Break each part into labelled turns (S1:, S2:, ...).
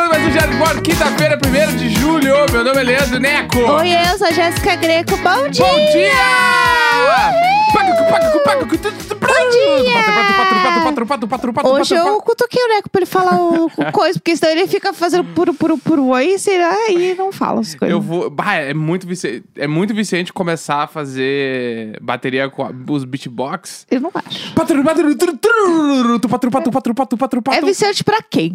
S1: um embora, quinta-feira, 1 de julho. Meu nome é Leandro Neco.
S2: Oi, eu sou a Jéssica Greco. Bom dia!
S1: Bom dia! Paco, paco, paco, paco, tu, tu, tu,
S2: dia!
S1: paco, paco, paco, paco,
S2: Hoje eu cutuquei o Neco pra ele falar o, o coisa, porque senão ele fica fazendo puro, puro, puro aí, será? E não fala as coisas.
S1: Eu vou. Bah, é muito viciante. É muito viciante começar a fazer bateria com a- os beatbox.
S2: Eu não acho.
S1: Patru, patru, tru, tru, tu, patru, patru, patru, patru, patru,
S2: É
S1: patru.
S2: viciante pra quem?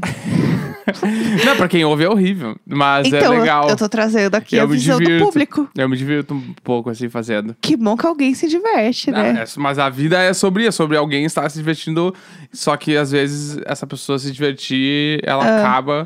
S1: Não, pra quem ouve é horrível, mas é
S2: então, eu-
S1: legal.
S2: eu tô trazendo aqui a
S1: Eu me
S2: visão
S1: divirto.
S2: do público.
S1: Eu me divirto um pouco assim fazendo.
S2: Que bom que alguém se diverte,
S1: Ah,
S2: né?
S1: é, mas a vida é sobre, é sobre alguém estar se divertindo. Só que às vezes essa pessoa se divertir, ela acaba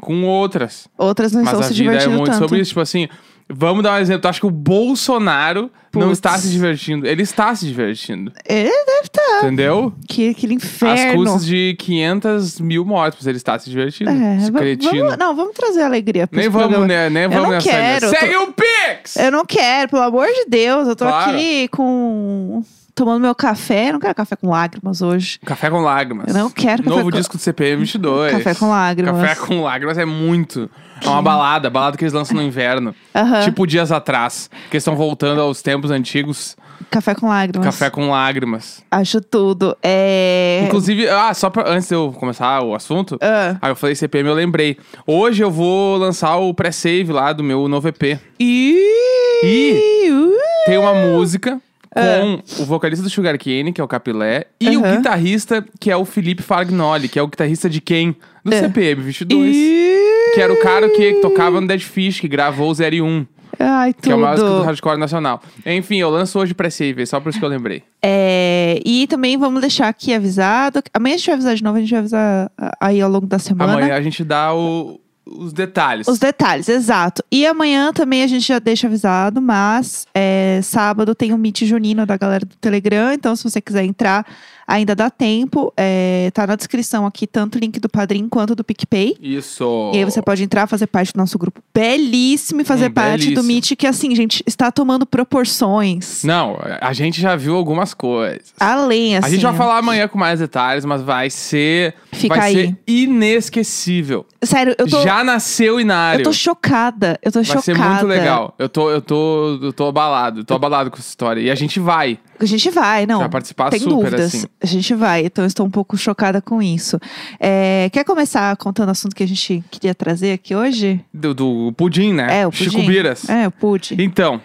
S1: com outras.
S2: Outras não
S1: mas
S2: estão
S1: a
S2: Ah. se
S1: vida é
S2: divertindo
S1: muito
S2: tanto.
S1: sobre isso. Tipo assim, vamos dar um exemplo. Tu acha que o Bolsonaro não
S2: Putz.
S1: está se divertindo? Ele está se divertindo.
S2: Ele É, deve estar.
S1: Entendeu?
S2: Que, aquele
S1: Às
S2: Ah, inferno.
S1: custas de 500 mil mortes, mas ele está se divertindo.
S2: É,
S1: Esse
S2: va-
S1: cretino.
S2: vamos, não, vamos trazer alegria pra
S1: nem
S2: esse
S1: vamos,
S2: programa.
S1: né? Nem
S2: Eu
S1: vamos
S2: não
S1: nessa. linha.
S2: quero, eu tô-
S1: Segue o Pix!
S2: Eu não quero, pelo amor de Deus. Eu tô
S1: Claro.
S2: aqui com. tomando meu café. Eu não quero café com lágrimas hoje.
S1: Café com lágrimas.
S2: Eu não quero café
S1: Novo
S2: com-
S1: disco do CPM 22.
S2: Café com lágrimas.
S1: Café com lágrimas é muito. É uma balada, balada que eles lançam no inverno.
S2: Aham.
S1: Tipo dias atrás, que eles estão voltando aos tempos antigos.
S2: Café com lágrimas.
S1: Café com lágrimas.
S2: Acho tudo. É.
S1: Inclusive, ah, só pra, antes de eu começar o assunto,
S2: Ah.
S1: aí eu falei CPM, eu lembrei. Hoje eu vou lançar o pré-save lá do meu novo EP.
S2: Ih!
S1: Ih!
S2: uh,
S1: Tem uma música com o vocalista do Sugar Cane, que é o Capilé, e o
S2: Aham.
S1: guitarrista, que é o Felipe Fagnoli, que é o guitarrista de quem? Do
S2: É.
S1: CPM 22.
S2: ih.
S1: Que era o cara que tocava no Dead Fish, que gravou o 0 e 1,
S2: Ai, tudo.
S1: que é o maior música do hardcore nacional. Enfim, eu lanço hoje pré-save, só por isso que eu lembrei.
S2: É, e também vamos deixar aqui avisado. Amanhã a gente vai avisar de novo, a gente vai avisar ah, aí ao longo da semana.
S1: Amanhã a gente dá o- os detalhes.
S2: Os detalhes, exato. E amanhã também a gente já deixa avisado, mas é, sábado tem o Meet Junino da galera do Telegram. Então, se você quiser entrar, ainda dá tempo. É, tá na descrição aqui tanto o link do Padrim quanto do PicPay.
S1: Isso.
S2: E aí você pode entrar, fazer parte do nosso grupo belíssimo e fazer
S1: Hum,
S2: parte
S1: belíssimo.
S2: do Meet, que assim, gente, está tomando proporções.
S1: Não, a gente já viu algumas coisas.
S2: Além, assim.
S1: a gente vai
S2: ó.
S1: falar amanhã com mais detalhes, mas vai ser.
S2: Fica
S1: vai
S2: aí.
S1: ser inesquecível.
S2: Sério, eu tô,
S1: Já nasceu
S2: eu
S1: Inário.
S2: tô chocada. Eu tô
S1: Vai
S2: chocada.
S1: ser muito legal. Eu tô, eu tô, eu tô abalado, tô abalado com essa história. E a gente vai.
S2: A gente vai, não.
S1: Vai participar
S2: tem
S1: super,
S2: dúvidas.
S1: assim.
S2: A gente vai, então eu estou um pouco chocada com isso. É, quer começar contando o assunto que a gente queria trazer aqui hoje?
S1: Do, do pudim, né?
S2: É, o pudim.
S1: Chico Biras.
S2: É, o pude.
S1: Então,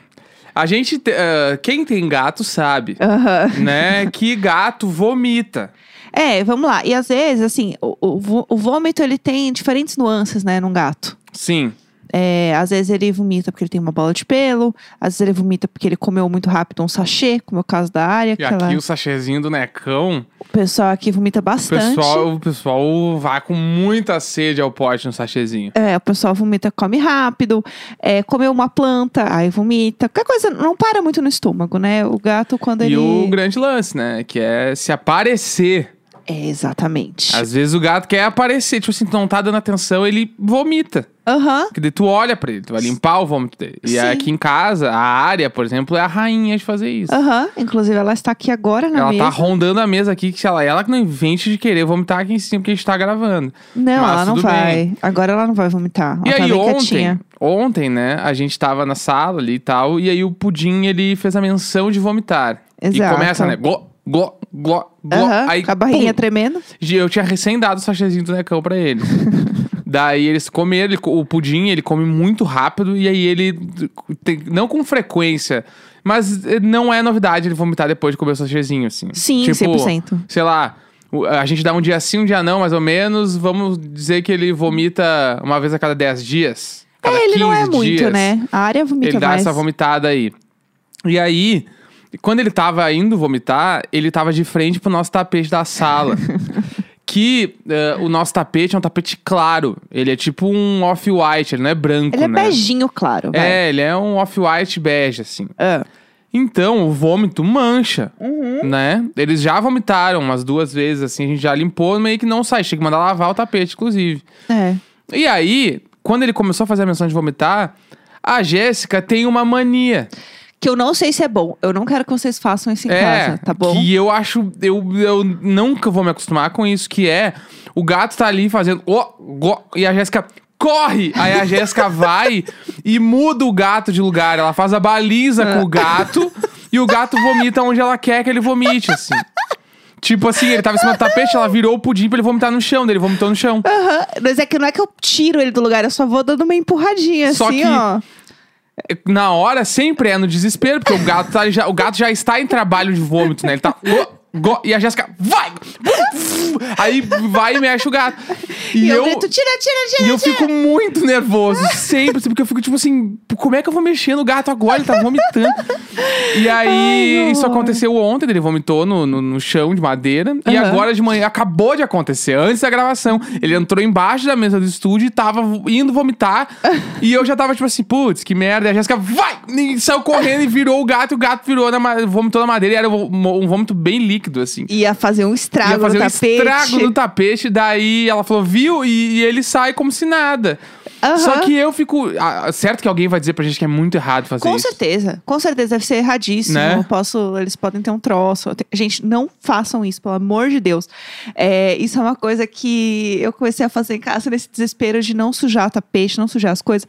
S1: a gente. te- ah, quem tem gato sabe,
S2: Aham.
S1: né? Que gato vomita.
S2: É, vamos lá. E às vezes, assim, o, o, vô- o vômito ele tem diferentes nuances, né, num gato.
S1: Sim.
S2: É, às vezes ele vomita porque ele tem uma bola de pelo, às vezes ele vomita porque ele comeu muito rápido um sachê, como é o caso da área.
S1: E
S2: aquela-
S1: aqui o sachêzinho do necão.
S2: O pessoal aqui vomita
S1: O
S2: bastante.
S1: pessoal, o pessoal vai com muita sede ao pote no sachêzinho.
S2: É, o pessoal vomita, come rápido, é, comeu uma planta, aí vomita. Qualquer coisa não para muito no estômago, né? O gato, quando
S1: E
S2: ele.
S1: o grande lance, né? Que é se aparecer.
S2: É, exatamente.
S1: Às vezes o gato quer aparecer. Tipo assim, tu não tá dando atenção, ele vomita.
S2: Aham.
S1: Porque daí tu olha pra ele, tu vai limpar o vômito dele. E
S2: Sim.
S1: aqui em casa, a área, por exemplo, é a rainha de fazer isso.
S2: Aham. Inclusive, ela está aqui agora na
S1: Ela
S2: mesa.
S1: tá rondando a mesa aqui, que se ela, ela que não invente de querer vomitar aqui em cima, porque a gente tá gravando.
S2: Não,
S1: Mas
S2: ela não
S1: Tá tudo
S2: vai.
S1: bem.
S2: Agora ela não vai vomitar. Ela
S1: e
S2: tá
S1: aí
S2: bem
S1: ontem,
S2: quietinha.
S1: ontem, né, a gente tava na sala ali e tal, e aí o Pudim, ele fez a menção de vomitar. E
S2: Exato.
S1: começa, né, gló, gló, gló, gló.
S2: Aham,
S1: aí,
S2: com a barrinha
S1: pum,
S2: tremendo.
S1: E eu tinha recém dado o sachêzinho do necão pra ele. Daí eles comeram, ele co- o pudim ele come muito rápido e aí ele, tem- não com frequência, mas eh, não é novidade ele vomitar depois de comer o sachêzinho, assim.
S2: Sim,
S1: tipo,
S2: 100%.
S1: Sei lá, o- a gente dá um dia sim, um dia não, mais ou menos, vamos dizer que ele vomita uma vez a cada 10 dias. cada
S2: É, ele não é
S1: 15
S2: muito,
S1: dias.
S2: né? A área vomita
S1: Ele dá
S2: mais.
S1: essa vomitada aí. E aí, quando ele tava indo vomitar, ele tava de frente pro nosso tapete da sala. que eh, o nosso tapete é um tapete claro. Ele é tipo um off-white, ele não é branco,
S2: Ele é
S1: né?
S2: beijinho, claro. vai.
S1: É, ele é um off-white bege, assim.
S2: Ah,
S1: Então, o vômito mancha,
S2: Uhum.
S1: né? Eles já vomitaram umas duas vezes, assim, a gente já limpou, meio que não sai. Tinha que mandar lavar o tapete, inclusive.
S2: é.
S1: E aí, quando ele começou a fazer a menção de vomitar, a Jéssica tem uma mania.
S2: Que eu não sei se é bom. Eu não quero que vocês façam isso em
S1: É,
S2: casa, tá bom?
S1: E eu acho, eu, eu nunca vou me acostumar com isso, que é o gato tá ali fazendo. ó, ó, e a Jéssica. "Cu, corre! Aí a Jéssica vai e muda o gato de lugar. Ela faz a baliza
S2: Ah.
S1: com o gato e o gato vomita onde ela quer que ele vomite, assim. Tipo assim, ele tava em cima do tapete, ela virou o pudim pra ele vomitar no chão, daí ele vomitou no chão.
S2: Aham. Mas é que não é que eu tiro ele do lugar, eu só vou dando uma empurradinha,
S1: Só
S2: assim,
S1: que-
S2: ó.
S1: Na hora, sempre é no desespero, porque o gato, tá- já, o gato já está em trabalho de vômito, né? Ele tá. go- go- e a Jéssica, vai! Aí vai e mexe o gato.
S2: E, eu, grito, tira, tira, tira,
S1: E eu
S2: tira.
S1: fico muito nervoso, sempre, assim, porque eu fico tipo assim, como é que eu vou mexer no gato agora? Ele tá vomitando. E aí,
S2: Ai, que
S1: isso
S2: horror.
S1: aconteceu ontem, ele vomitou no, no, no chão de madeira. E
S2: Aham.
S1: agora de manhã, acabou de acontecer, antes da gravação. Ele entrou embaixo da mesa do estúdio e tava vo- indo vomitar. e eu já tava tipo assim, putz, que merda. E a Jéssica, vai! E saiu correndo e virou o gato, e o gato virou na, ma- vomitou na madeira. E era um vô- um vômito bem líquido, assim
S2: Ia fazer um estrago
S1: ia fazer
S2: no
S1: um
S2: tapete.
S1: estrago no tapete. Daí ela falou, viu? E, e ele sai como se nada.
S2: Aham.
S1: Só que eu fico. ah, certo que alguém vai dizer pra gente que é muito errado fazer
S2: Com
S1: isso.
S2: certeza, com certeza, deve ser erradíssimo.
S1: Né?
S2: Eu Posso, eles podem ter um troço. Tem- Gente, não façam isso, pelo amor de Deus. É, isso é uma coisa que eu comecei a fazer em casa nesse desespero de não sujar tapete, não sujar as coisas.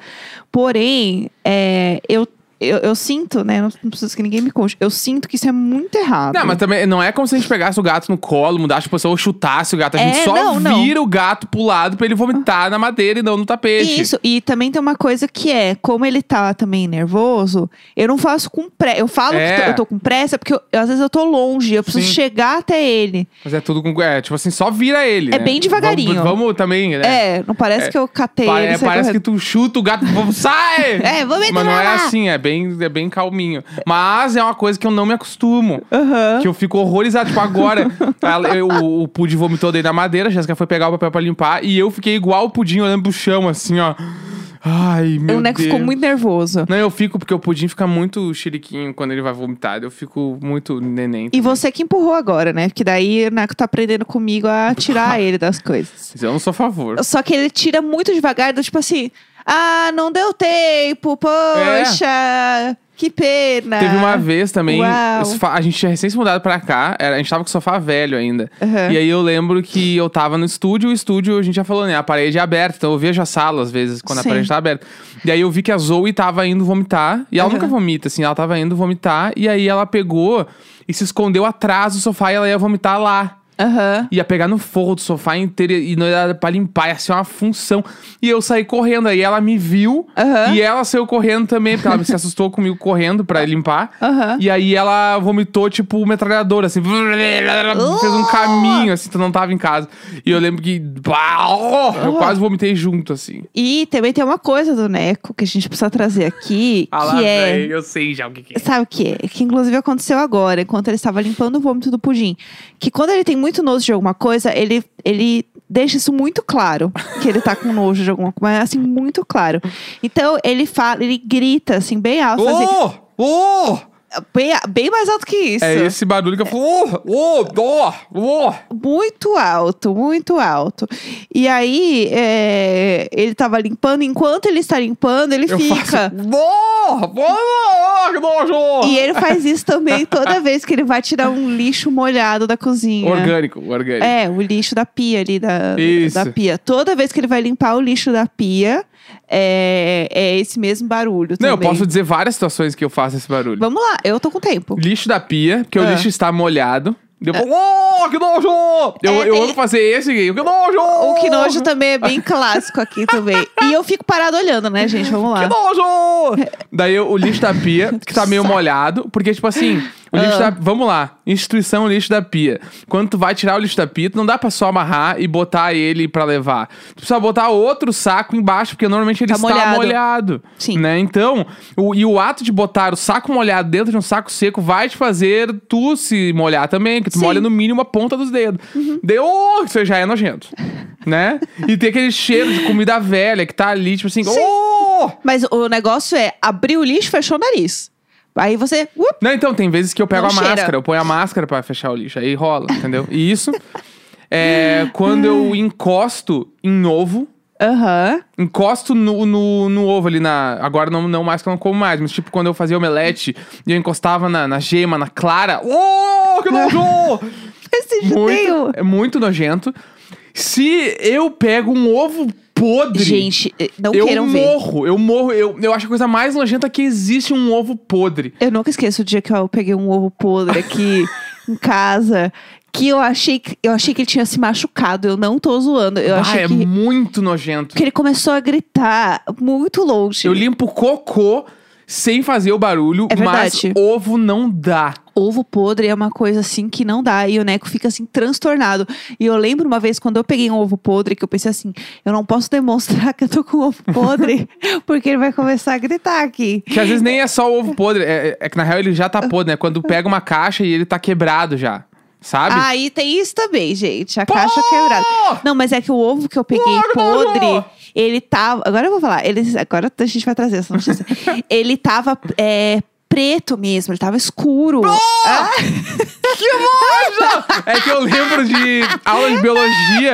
S2: Porém, é, eu, eu, eu sinto, né? Não, não preciso que ninguém me conte. Eu sinto que isso é muito errado.
S1: Não, mas também não é como se a gente pegasse o gato no colo, mudasse a posição ou chutasse o gato. A
S2: É,
S1: gente só
S2: não, não.
S1: vira o gato pro lado pra ele vomitar na madeira e não no tapete.
S2: Isso, e também tem uma coisa que é, como ele tá também nervoso, eu não faço com pressa. Eu falo
S1: É.
S2: que tô- eu tô com pressa, porque eu- eu- às vezes eu tô longe, eu preciso
S1: Sim.
S2: chegar até ele.
S1: Mas é tudo com. É, tipo assim, só vira ele.
S2: É
S1: né?
S2: bem devagarinho.
S1: Vamos, vamos também, né?
S2: É, não parece que eu catei
S1: Pa-
S2: ele.
S1: é,
S2: saí
S1: parece que
S2: correndo.
S1: tu chuta o gato, vamos- sai!
S2: É, vou meter
S1: Mas não
S2: na
S1: é
S2: lá.
S1: assim, é bem, é bem calminho. Mas é uma coisa que eu não me acostumo.
S2: Aham.
S1: Que eu fico horrorizado. Tipo, agora, ela- eu- o, o Pudim vomitou dele na madeira, a Jéssica foi pegar o papel pra limpar, e eu fiquei igual o Pudim olhando pro chão, assim, ó. Ai, meu
S2: O Neco
S1: Deus.
S2: ficou muito nervoso.
S1: Não, eu fico, porque o Pudim fica muito chiriquinho quando ele vai vomitar. Eu fico muito neném.
S2: E você que empurrou agora, né? Porque daí o Neco tá aprendendo comigo a tirar ele das coisas.
S1: Eu não sou a favor.
S2: Só que ele tira muito devagar, do tipo assim... Ah, não deu tempo, poxa, que pena.
S1: É. Teve uma vez também,
S2: Uau.
S1: os fa- a gente tinha recém se mudado pra cá, era- a gente tava com o sofá velho ainda.
S2: Aham.
S1: E aí eu lembro que eu tava no estúdio, o estúdio, a gente já falou, né? A parede é aberta, então eu vejo a sala às vezes, quando
S2: Sim.
S1: a parede tá aberta. E aí eu vi que a Zoe tava indo vomitar, e ela
S2: Aham.
S1: nunca vomita, assim, ela tava indo vomitar, e aí ela pegou e se escondeu atrás do sofá e ela ia vomitar lá.
S2: Aham.
S1: Ia pegar no forro do sofá inteiro e não era pra limpar, ia ser uma função. E eu saí correndo, aí ela me viu
S2: Aham.
S1: e ela saiu correndo também, porque ela se assustou comigo correndo pra limpar.
S2: Aham.
S1: E aí ela vomitou, tipo, metralhadora, assim.
S2: Oh!
S1: Fez um caminho, assim, tu não tava em casa. E eu lembro que. bah, oh, eu quase vomitei junto, assim.
S2: E também tem uma coisa do Neco que a gente precisa trazer aqui,
S1: Ah lá,
S2: que é...
S1: véi, eu sei já o que, que é.
S2: Sabe o que? é? Que inclusive aconteceu agora, enquanto ele estava limpando o vômito do pudim. Que quando ele tem muito nojo de alguma coisa, ele, ele deixa isso muito claro. Que ele tá com nojo de alguma coisa, mas assim, muito claro. Então ele fala, ele grita assim, bem alto, assim,
S1: Oh! Oh!
S2: bem, a- bem mais alto que isso.
S1: É esse barulho que eu falo. Oh! Oh! Oh! oh.
S2: Muito alto, muito alto. E aí, é, ele tava limpando, enquanto ele está limpando, ele
S1: Eu
S2: fica.
S1: faço. Oh! Oh! Oh! Que nojo!
S2: E ele faz isso também toda vez que ele vai tirar um lixo molhado da cozinha.
S1: Orgânico, orgânico.
S2: É, o lixo da pia ali, da,
S1: Isso.
S2: da pia. Toda vez que ele vai limpar o lixo da pia, é, é esse mesmo barulho
S1: Não, eu
S2: também.
S1: posso dizer várias situações que eu faço esse barulho.
S2: Vamos lá, eu tô com tempo.
S1: Lixo da pia, porque o
S2: Ah.
S1: lixo está molhado. Deu oh, que nojo! Eu,
S2: É,
S1: eu
S2: tem-
S1: amo fazer esse aqui. Que nojo!
S2: O que nojo também é bem clássico aqui também. E eu fico parado olhando, né, gente? Vamos
S1: Que
S2: lá.
S1: nojo! Daí eu- o lixo da pia, que tá meio molhado, porque, tipo assim, o lixo
S2: Ah.
S1: da. Vamos lá, instituição é lixo da pia. Quando tu vai tirar o lixo da pia, tu não dá pra só amarrar e botar ele pra levar. Tu precisa botar outro saco embaixo, porque normalmente ele
S2: Tá
S1: está molhado.
S2: molhado. Sim.
S1: Né? Então, o- e o ato de botar o saco molhado dentro de um saco seco vai te fazer tu se molhar também, que tu
S2: Sim. Uhum.
S1: molha no mínimo a ponta dos dedos. Deu, que você já é nojento. né? E tem aquele cheiro de comida velha que tá ali, tipo assim, oh!
S2: Mas o negócio é abrir o lixo, fechou o nariz. Aí você. up,
S1: Não, então, tem vezes que eu pego
S2: Não
S1: a
S2: cheira.
S1: máscara, eu ponho a máscara pra fechar o lixo, aí rola, entendeu? E isso é quando eu encosto em ovo,
S2: Aham.
S1: encosto no, no, no ovo ali na. Agora não, não mais que eu não como mais, mas tipo quando eu fazia omelete e eu encostava na, na gema, na clara. Ô, que nojo!
S2: Esse
S1: muito,
S2: judeu.
S1: é muito nojento. Se eu pego um ovo podre.
S2: Gente, eh, não
S1: eu
S2: queiram ver.
S1: morro, eu morro, eu, eu acho a coisa mais nojenta que existe um ovo podre.
S2: Eu nunca esqueço o dia que eu peguei um ovo podre aqui em casa. Que eu achei que, eu achei que ele tinha se machucado. Eu não tô zoando. Eu
S1: ah,
S2: achei
S1: é
S2: que,
S1: muito nojento.
S2: que ele começou a gritar muito longe.
S1: Eu limpo cocô sem fazer o barulho,
S2: É
S1: mas
S2: verdade.
S1: ovo não dá.
S2: Ovo podre é uma coisa assim que não dá. E o Neco fica assim, transtornado. E eu lembro uma vez quando eu peguei um ovo podre, que eu pensei assim: eu não posso demonstrar que eu tô com ovo podre, porque ele vai começar a gritar aqui.
S1: Que às vezes nem é só o ovo podre, é, é- é que na real ele já tá podre, né? Quando pega uma caixa e ele tá quebrado já, sabe?
S2: Aí tem isso também, gente. A
S1: Pô!
S2: caixa quebrada. Não, mas é que o ovo que eu peguei
S1: Claro, Maru!
S2: podre, ele tava. Agora eu vou falar. Ele, agora a gente vai trazer essa notícia. ele tava é, preto mesmo, ele tava escuro. Ah,
S1: É que eu lembro de aula de biologia.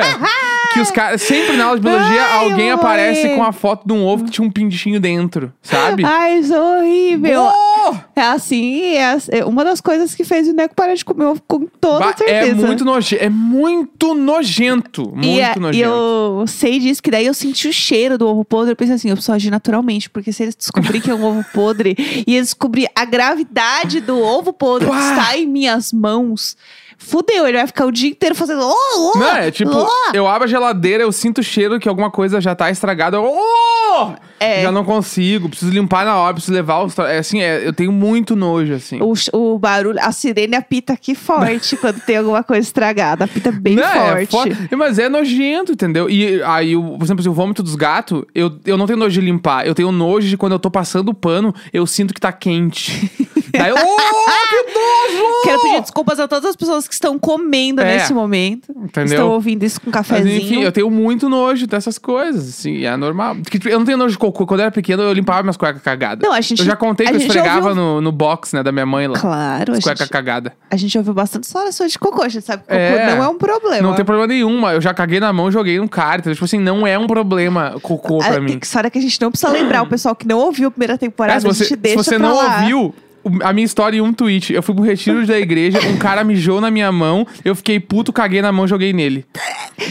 S1: Que os caras. Sempre na aula de biologia,
S2: Ai, eu
S1: alguém
S2: vou
S1: aparece
S2: morrer.
S1: com a foto de um ovo que tinha um pintinho dentro, sabe?
S2: Ai, isso é horrível.
S1: Oh!
S2: É assim, é, as- é uma das coisas que fez o Neco parar de comer ovo com toda
S1: Ba-
S2: certeza.
S1: É muito nojento. É muito nojento. Muito
S2: e, é- e
S1: nojento.
S2: eu sei disso, que daí eu senti o cheiro do ovo podre. Eu pensei assim, eu preciso agir naturalmente, porque se eles descobrirem que é um ovo podre e eles descobrirem a gravidade do ovo podre que
S1: Pá!
S2: está em minhas mãos, fudeu, ele vai ficar o dia inteiro fazendo. Oh, oh,
S1: Não, é tipo,
S2: oh."
S1: eu abro a geladeira, eu sinto o cheiro que alguma coisa já tá estragada. Eu, oh!
S2: É.
S1: Já não consigo, preciso limpar na hora, preciso levar os. tra- É assim, é, eu tenho muito nojo, assim.
S2: O, ch- o barulho, a sirene apita aqui forte quando tem alguma coisa estragada. Apita bem
S1: Não, é
S2: forte.
S1: fo- Mas é nojento, entendeu? E aí, o- por exemplo, assim, o vômito dos gatos, eu, eu não tenho nojo de limpar. Eu tenho nojo de quando eu tô passando o pano, eu sinto que tá quente. Daí, eu, oh, que nojo!
S2: Quero pedir desculpas a todas as pessoas que estão comendo
S1: Uh! É.
S2: nesse momento.
S1: Entendeu?
S2: Estão ouvindo isso com um
S1: Mas,
S2: cafezinho.
S1: enfim, eu tenho muito nojo dessas coisas, assim, é normal. Porque, tipo, eu não tenho nojo de cocô. Quando eu era pequeno, eu limpava minhas cuecas cagadas.
S2: Não, a gente-
S1: eu já contei que
S2: a
S1: eu
S2: gente já
S1: esfregava
S2: ouviu-
S1: no, no box, né, da minha mãe lá.
S2: Claro, a
S1: As cuecas
S2: gente,
S1: cagadas.
S2: a gente ouviu bastante só sua de cocô. A gente sabe que cocô
S1: É.
S2: não é um problema.
S1: Não tem problema nenhum. Eu já caguei na mão, joguei num cara. entendeu? Tipo assim, não é um problema cocô pra
S2: a,
S1: mim.
S2: Só Ah, que a gente não precisa lembrar o pessoal que não ouviu a primeira temporada.
S1: É, se você,
S2: a gente
S1: se
S2: deixa
S1: você
S2: pra
S1: não
S2: lá.
S1: ouviu o- a minha história em um tweet, eu fui pro retiro da igreja, um cara mijou na minha mão, eu fiquei puto, caguei na mão, joguei nele.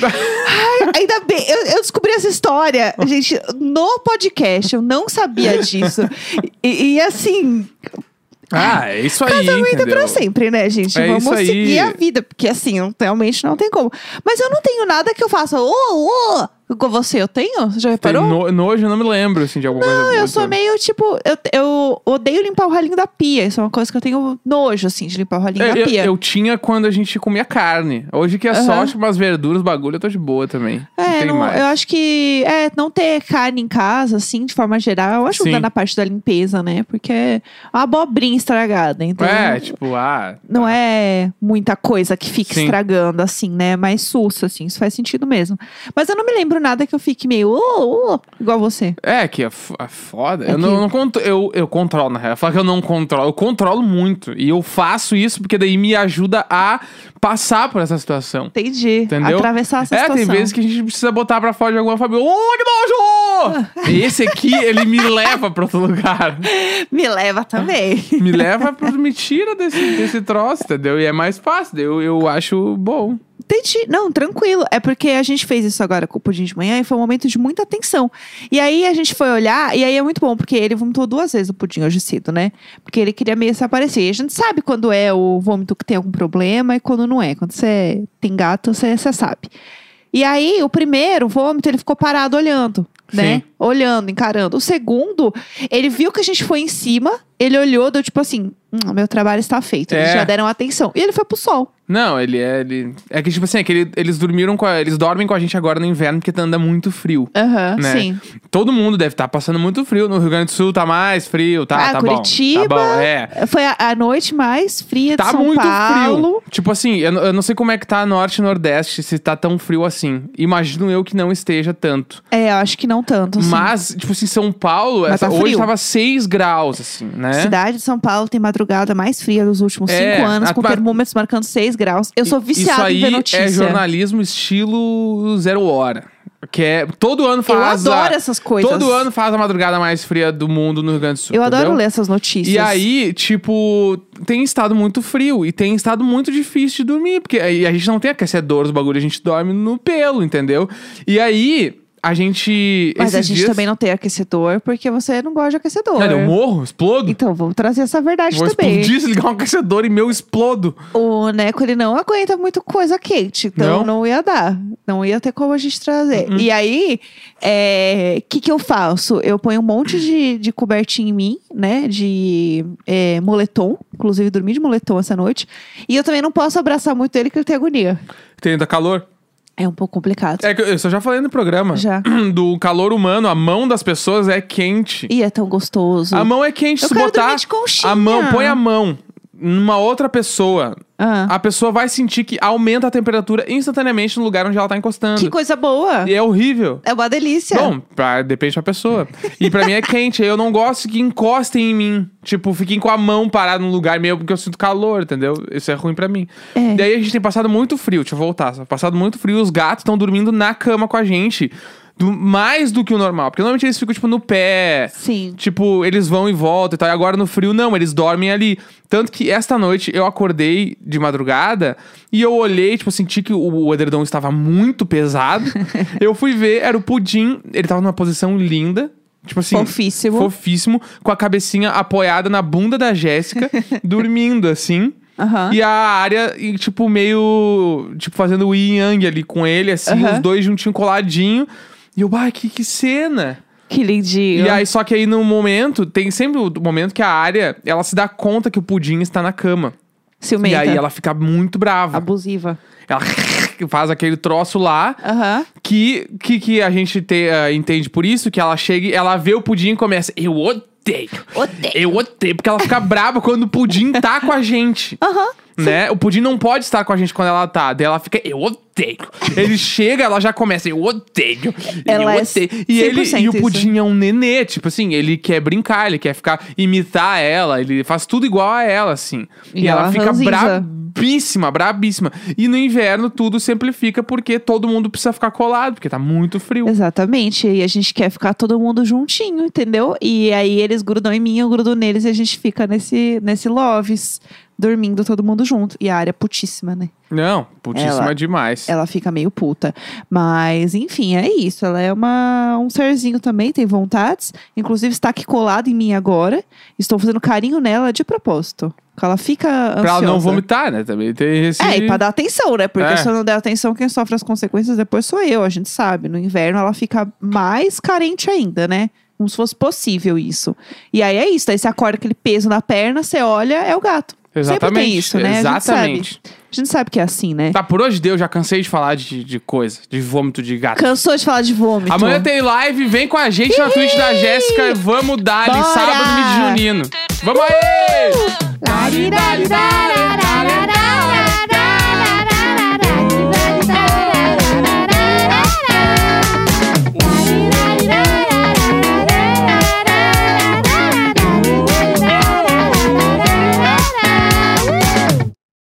S2: Ai, ainda bem, eu, eu descobri essa história, gente, no podcast. Eu não sabia disso. E, e, assim,
S1: Ah, é isso aí,
S2: casamento
S1: entendeu?
S2: pra sempre, né, gente?
S1: É
S2: Vamos
S1: isso aí.
S2: seguir a vida, porque assim, não- realmente não tem como. Mas eu não tenho nada que eu faça, ô, ô, com você, eu tenho? Você já
S1: Tem
S2: reparou?
S1: no, nojo, eu não me lembro, assim, de alguma coisa.
S2: Não, eu
S1: muito-
S2: sou meio tipo. Eu, eu odeio limpar o ralinho da pia. Isso é uma coisa que eu tenho nojo, assim, de limpar o ralinho
S1: É,
S2: da
S1: eu,
S2: pia.
S1: eu tinha quando a gente comia carne. Hoje que é
S2: Aham.
S1: só, tipo, umas verduras, bagulho, eu tô de boa também. não
S2: é,
S1: tem
S2: não-
S1: mais.
S2: eu acho que é, não ter carne em casa, assim, de forma geral, ajuda
S1: Sim.
S2: na parte da limpeza, né? Porque é uma abobrinha estragada, então.
S1: É, tipo, ah.
S2: Não é muita coisa que fica
S1: Sim.
S2: estragando, assim, né? Mais sussa, assim. Isso faz sentido mesmo. Mas eu não me lembro nada que eu fique meio, ô, ô, igual você.
S1: É, que é, f- é foda.
S2: É
S1: eu, não,
S2: que-
S1: não conto, eu, eu controlo, na real. Falar que eu não controlo. Eu controlo muito. E eu faço isso porque daí me ajuda a passar por essa situação.
S2: Entendi.
S1: Entendeu?
S2: Atravessar essa
S1: é,
S2: situação.
S1: tem vezes que a gente precisa botar pra fora de alguma família. Ô,
S2: Ah.
S1: que nojo! E Esse aqui, ele me leva pra outro lugar.
S2: Me leva também.
S1: Me leva, pra, me tira desse, desse troço, entendeu? E é mais fácil. daí Eu, eu acho bom.
S2: Entendi. Não, tranquilo. É porque a gente fez isso agora com o Pudim de manhã e foi um momento de muita tensão. E aí a gente foi olhar, e aí é muito bom, porque ele vomitou duas vezes o Pudim hoje cedo, né? Porque ele queria meio se aparecer. E a gente sabe quando é o vômito que tem algum problema e quando não é. Quando você tem gato, você você sabe. E aí, o primeiro vômito, ele ficou parado olhando, né?
S1: Sim.
S2: Olhando, encarando. O segundo, ele viu que a gente foi em cima, ele olhou, deu tipo assim: "Hum, meu trabalho está feito. Eles
S1: É.
S2: já deram atenção. E ele foi pro sol.
S1: Não, ele é. Ele... É que, tipo assim, é que ele- eles dormiram com a- Eles dormem com a gente agora no inverno porque tá anda muito frio.
S2: Aham,
S1: Né?
S2: sim.
S1: Todo mundo deve estar passando muito frio. No Rio Grande do Sul tá mais frio, tá?
S2: Ah,
S1: tá
S2: Curitiba.
S1: bom. Tá bom, é.
S2: Foi a, a noite mais fria de
S1: Tá
S2: São
S1: muito
S2: Paulo.
S1: frio. Tipo assim, eu, n- eu não sei como é que tá norte e nordeste, se tá tão frio assim. Imagino eu que não esteja tanto.
S2: É, eu acho que não tanto. assim.
S1: Mas, tipo assim, São Paulo,
S2: Mas
S1: essa-
S2: tá
S1: hoje
S2: frio.
S1: tava 6 graus, assim, né?
S2: Cidade tá de São Paulo tem madrugada mais fria dos últimos
S1: É,
S2: cinco anos,
S1: a-
S2: com
S1: a-
S2: termômetros marcando 6 graus. Eu sou
S1: Isso
S2: viciada em
S1: aí
S2: ver notícia.
S1: é jornalismo estilo zero hora. Que é, todo ano
S2: Eu
S1: faz. a-
S2: adoro essas coisas.
S1: Todo ano faz a madrugada mais fria do mundo no Rio Grande do Sul.
S2: Eu adoro
S1: entendeu?
S2: ler essas notícias.
S1: E aí, tipo, tem estado muito frio e tem estado muito difícil de dormir, porque aí a gente não tem aquecedor do bagulho, a gente dorme no pelo, entendeu? E aí, a gente.
S2: Mas
S1: esses
S2: a gente
S1: dias-
S2: também não tem aquecedor, porque você não gosta de aquecedor.
S1: Cara, eu morro, explodo.
S2: Então, vamos trazer essa verdade
S1: Vou
S2: também.
S1: explodir, se ligar um aquecedor e meu explodo.
S2: O Neco, ele não aguenta muito coisa quente, então
S1: Não? Uhum.
S2: não, ia dar. Não ia ter como a gente trazer. E aí, o que que eu faço? Eu ponho um monte de, de cobertinha em mim, né? De é, moletom. Inclusive, dormi de moletom essa noite. E eu também não posso abraçar muito ele, que ele tem agonia.
S1: Tem ainda calor?
S2: É um pouco complicado.
S1: É que eu- eu só já falei no programa.
S2: Já.
S1: Do calor humano, a mão das pessoas é quente.
S2: E é tão gostoso.
S1: A mão é quente
S2: Eu
S1: se
S2: quero
S1: botar.
S2: dormir de conchinha.
S1: A mão, põe a mão numa outra pessoa.
S2: Ah.
S1: A pessoa vai sentir que aumenta a temperatura instantaneamente no lugar onde ela tá encostando.
S2: Que coisa boa!
S1: E é horrível.
S2: É uma delícia.
S1: Bom, pra, depende da pessoa. E pra mim é quente. Eu não gosto que encostem em mim. Tipo, fiquem com a mão parada no lugar meu porque eu sinto calor, entendeu? Isso é ruim pra mim.
S2: É.
S1: Daí a gente tem passado muito frio. Deixa eu voltar. só. Passado muito frio. Os gatos estão dormindo na cama com a gente. Do- mais do que o normal. Porque normalmente eles ficam, tipo, no pé.
S2: Sim.
S1: Tipo, eles vão e voltam e tal. E agora no frio, não, eles dormem ali. Tanto que esta noite eu acordei de madrugada e eu olhei, tipo, senti que o, o edredom estava muito pesado. eu fui ver, era o pudim, ele tava numa posição linda. Tipo assim.
S2: Fofíssimo.
S1: Fofíssimo, com a cabecinha apoiada na bunda da Jéssica, dormindo assim.
S2: Aham.
S1: E a área, e, tipo, meio. Tipo, fazendo o yin yang ali com ele, assim,
S2: Aham.
S1: os dois juntinho coladinho. E eu, ai, que, que cena!
S2: Que lindinho.
S1: E aí, só que aí no momento, tem sempre o momento que a área, ela se dá conta que o pudim está na cama.
S2: Ciumenta.
S1: E aí ela fica
S2: Tá
S1: muito brava.
S2: Abusiva.
S1: Ela faz aquele troço lá
S2: Aham.
S1: que, que, que a gente te- ah, entende por isso, que ela chega, e ela vê o pudim e começa, eu odeio.
S2: Odeio.
S1: Eu odeio, porque ela fica brava quando o pudim tá com a gente.
S2: Aham.
S1: Né? O pudim não pode estar com a gente quando ela tá. Daí ela fica, eu odeio. Ele chega, ela já começa, eu odeio.
S2: Ela
S1: eu
S2: é
S1: odeio. E, ele, e
S2: 100%
S1: o
S2: isso.
S1: pudim é um nenê, tipo assim, ele quer brincar, ele quer ficar, imitar ela, ele faz tudo igual a ela, assim. E,
S2: E
S1: ela,
S2: ela
S1: fica
S2: ranzinza.
S1: brabíssima, brabíssima. E no inverno tudo simplifica porque todo mundo precisa ficar colado, porque tá muito frio.
S2: É. Exatamente. E a gente quer ficar todo mundo juntinho, entendeu? E aí eles grudam em mim, eu grudo neles e a gente fica nesse, nesse loves, dormindo todo mundo junto. E a área é putíssima, né?
S1: Não, putíssima
S2: Ela-
S1: é
S2: é
S1: demais.
S2: Ela fica meio puta. Mas, enfim, é isso. Ela é uma, um serzinho também, tem vontades. Inclusive, está aqui colado em mim agora. Estou fazendo carinho nela de propósito. Porque ela fica ansiosa.
S1: Pra ela não vomitar, né? Também tem esse.
S2: É, e pra dar atenção, né? Porque
S1: É.
S2: se eu não der atenção, quem sofre as consequências depois sou eu, a gente sabe. No inverno ela fica mais carente ainda, né? Como se fosse possível isso. E aí é isso, aí você acorda aquele peso na perna, você olha, é o gato. Sempre tem isso, né? A gente sabe.
S1: Exatamente.
S2: A gente sabe que é assim, né?
S1: Tá, por hoje deu, já cansei de falar de, de coisa, de vômito de gato.
S2: Cansou de falar de vômito.
S1: Amanhã tem live, vem com a gente na Twitch da Jéssica. Vamos dar ali,
S2: Bora!
S1: sábado, mid junino. Vamos aí!
S2: Larirarirar!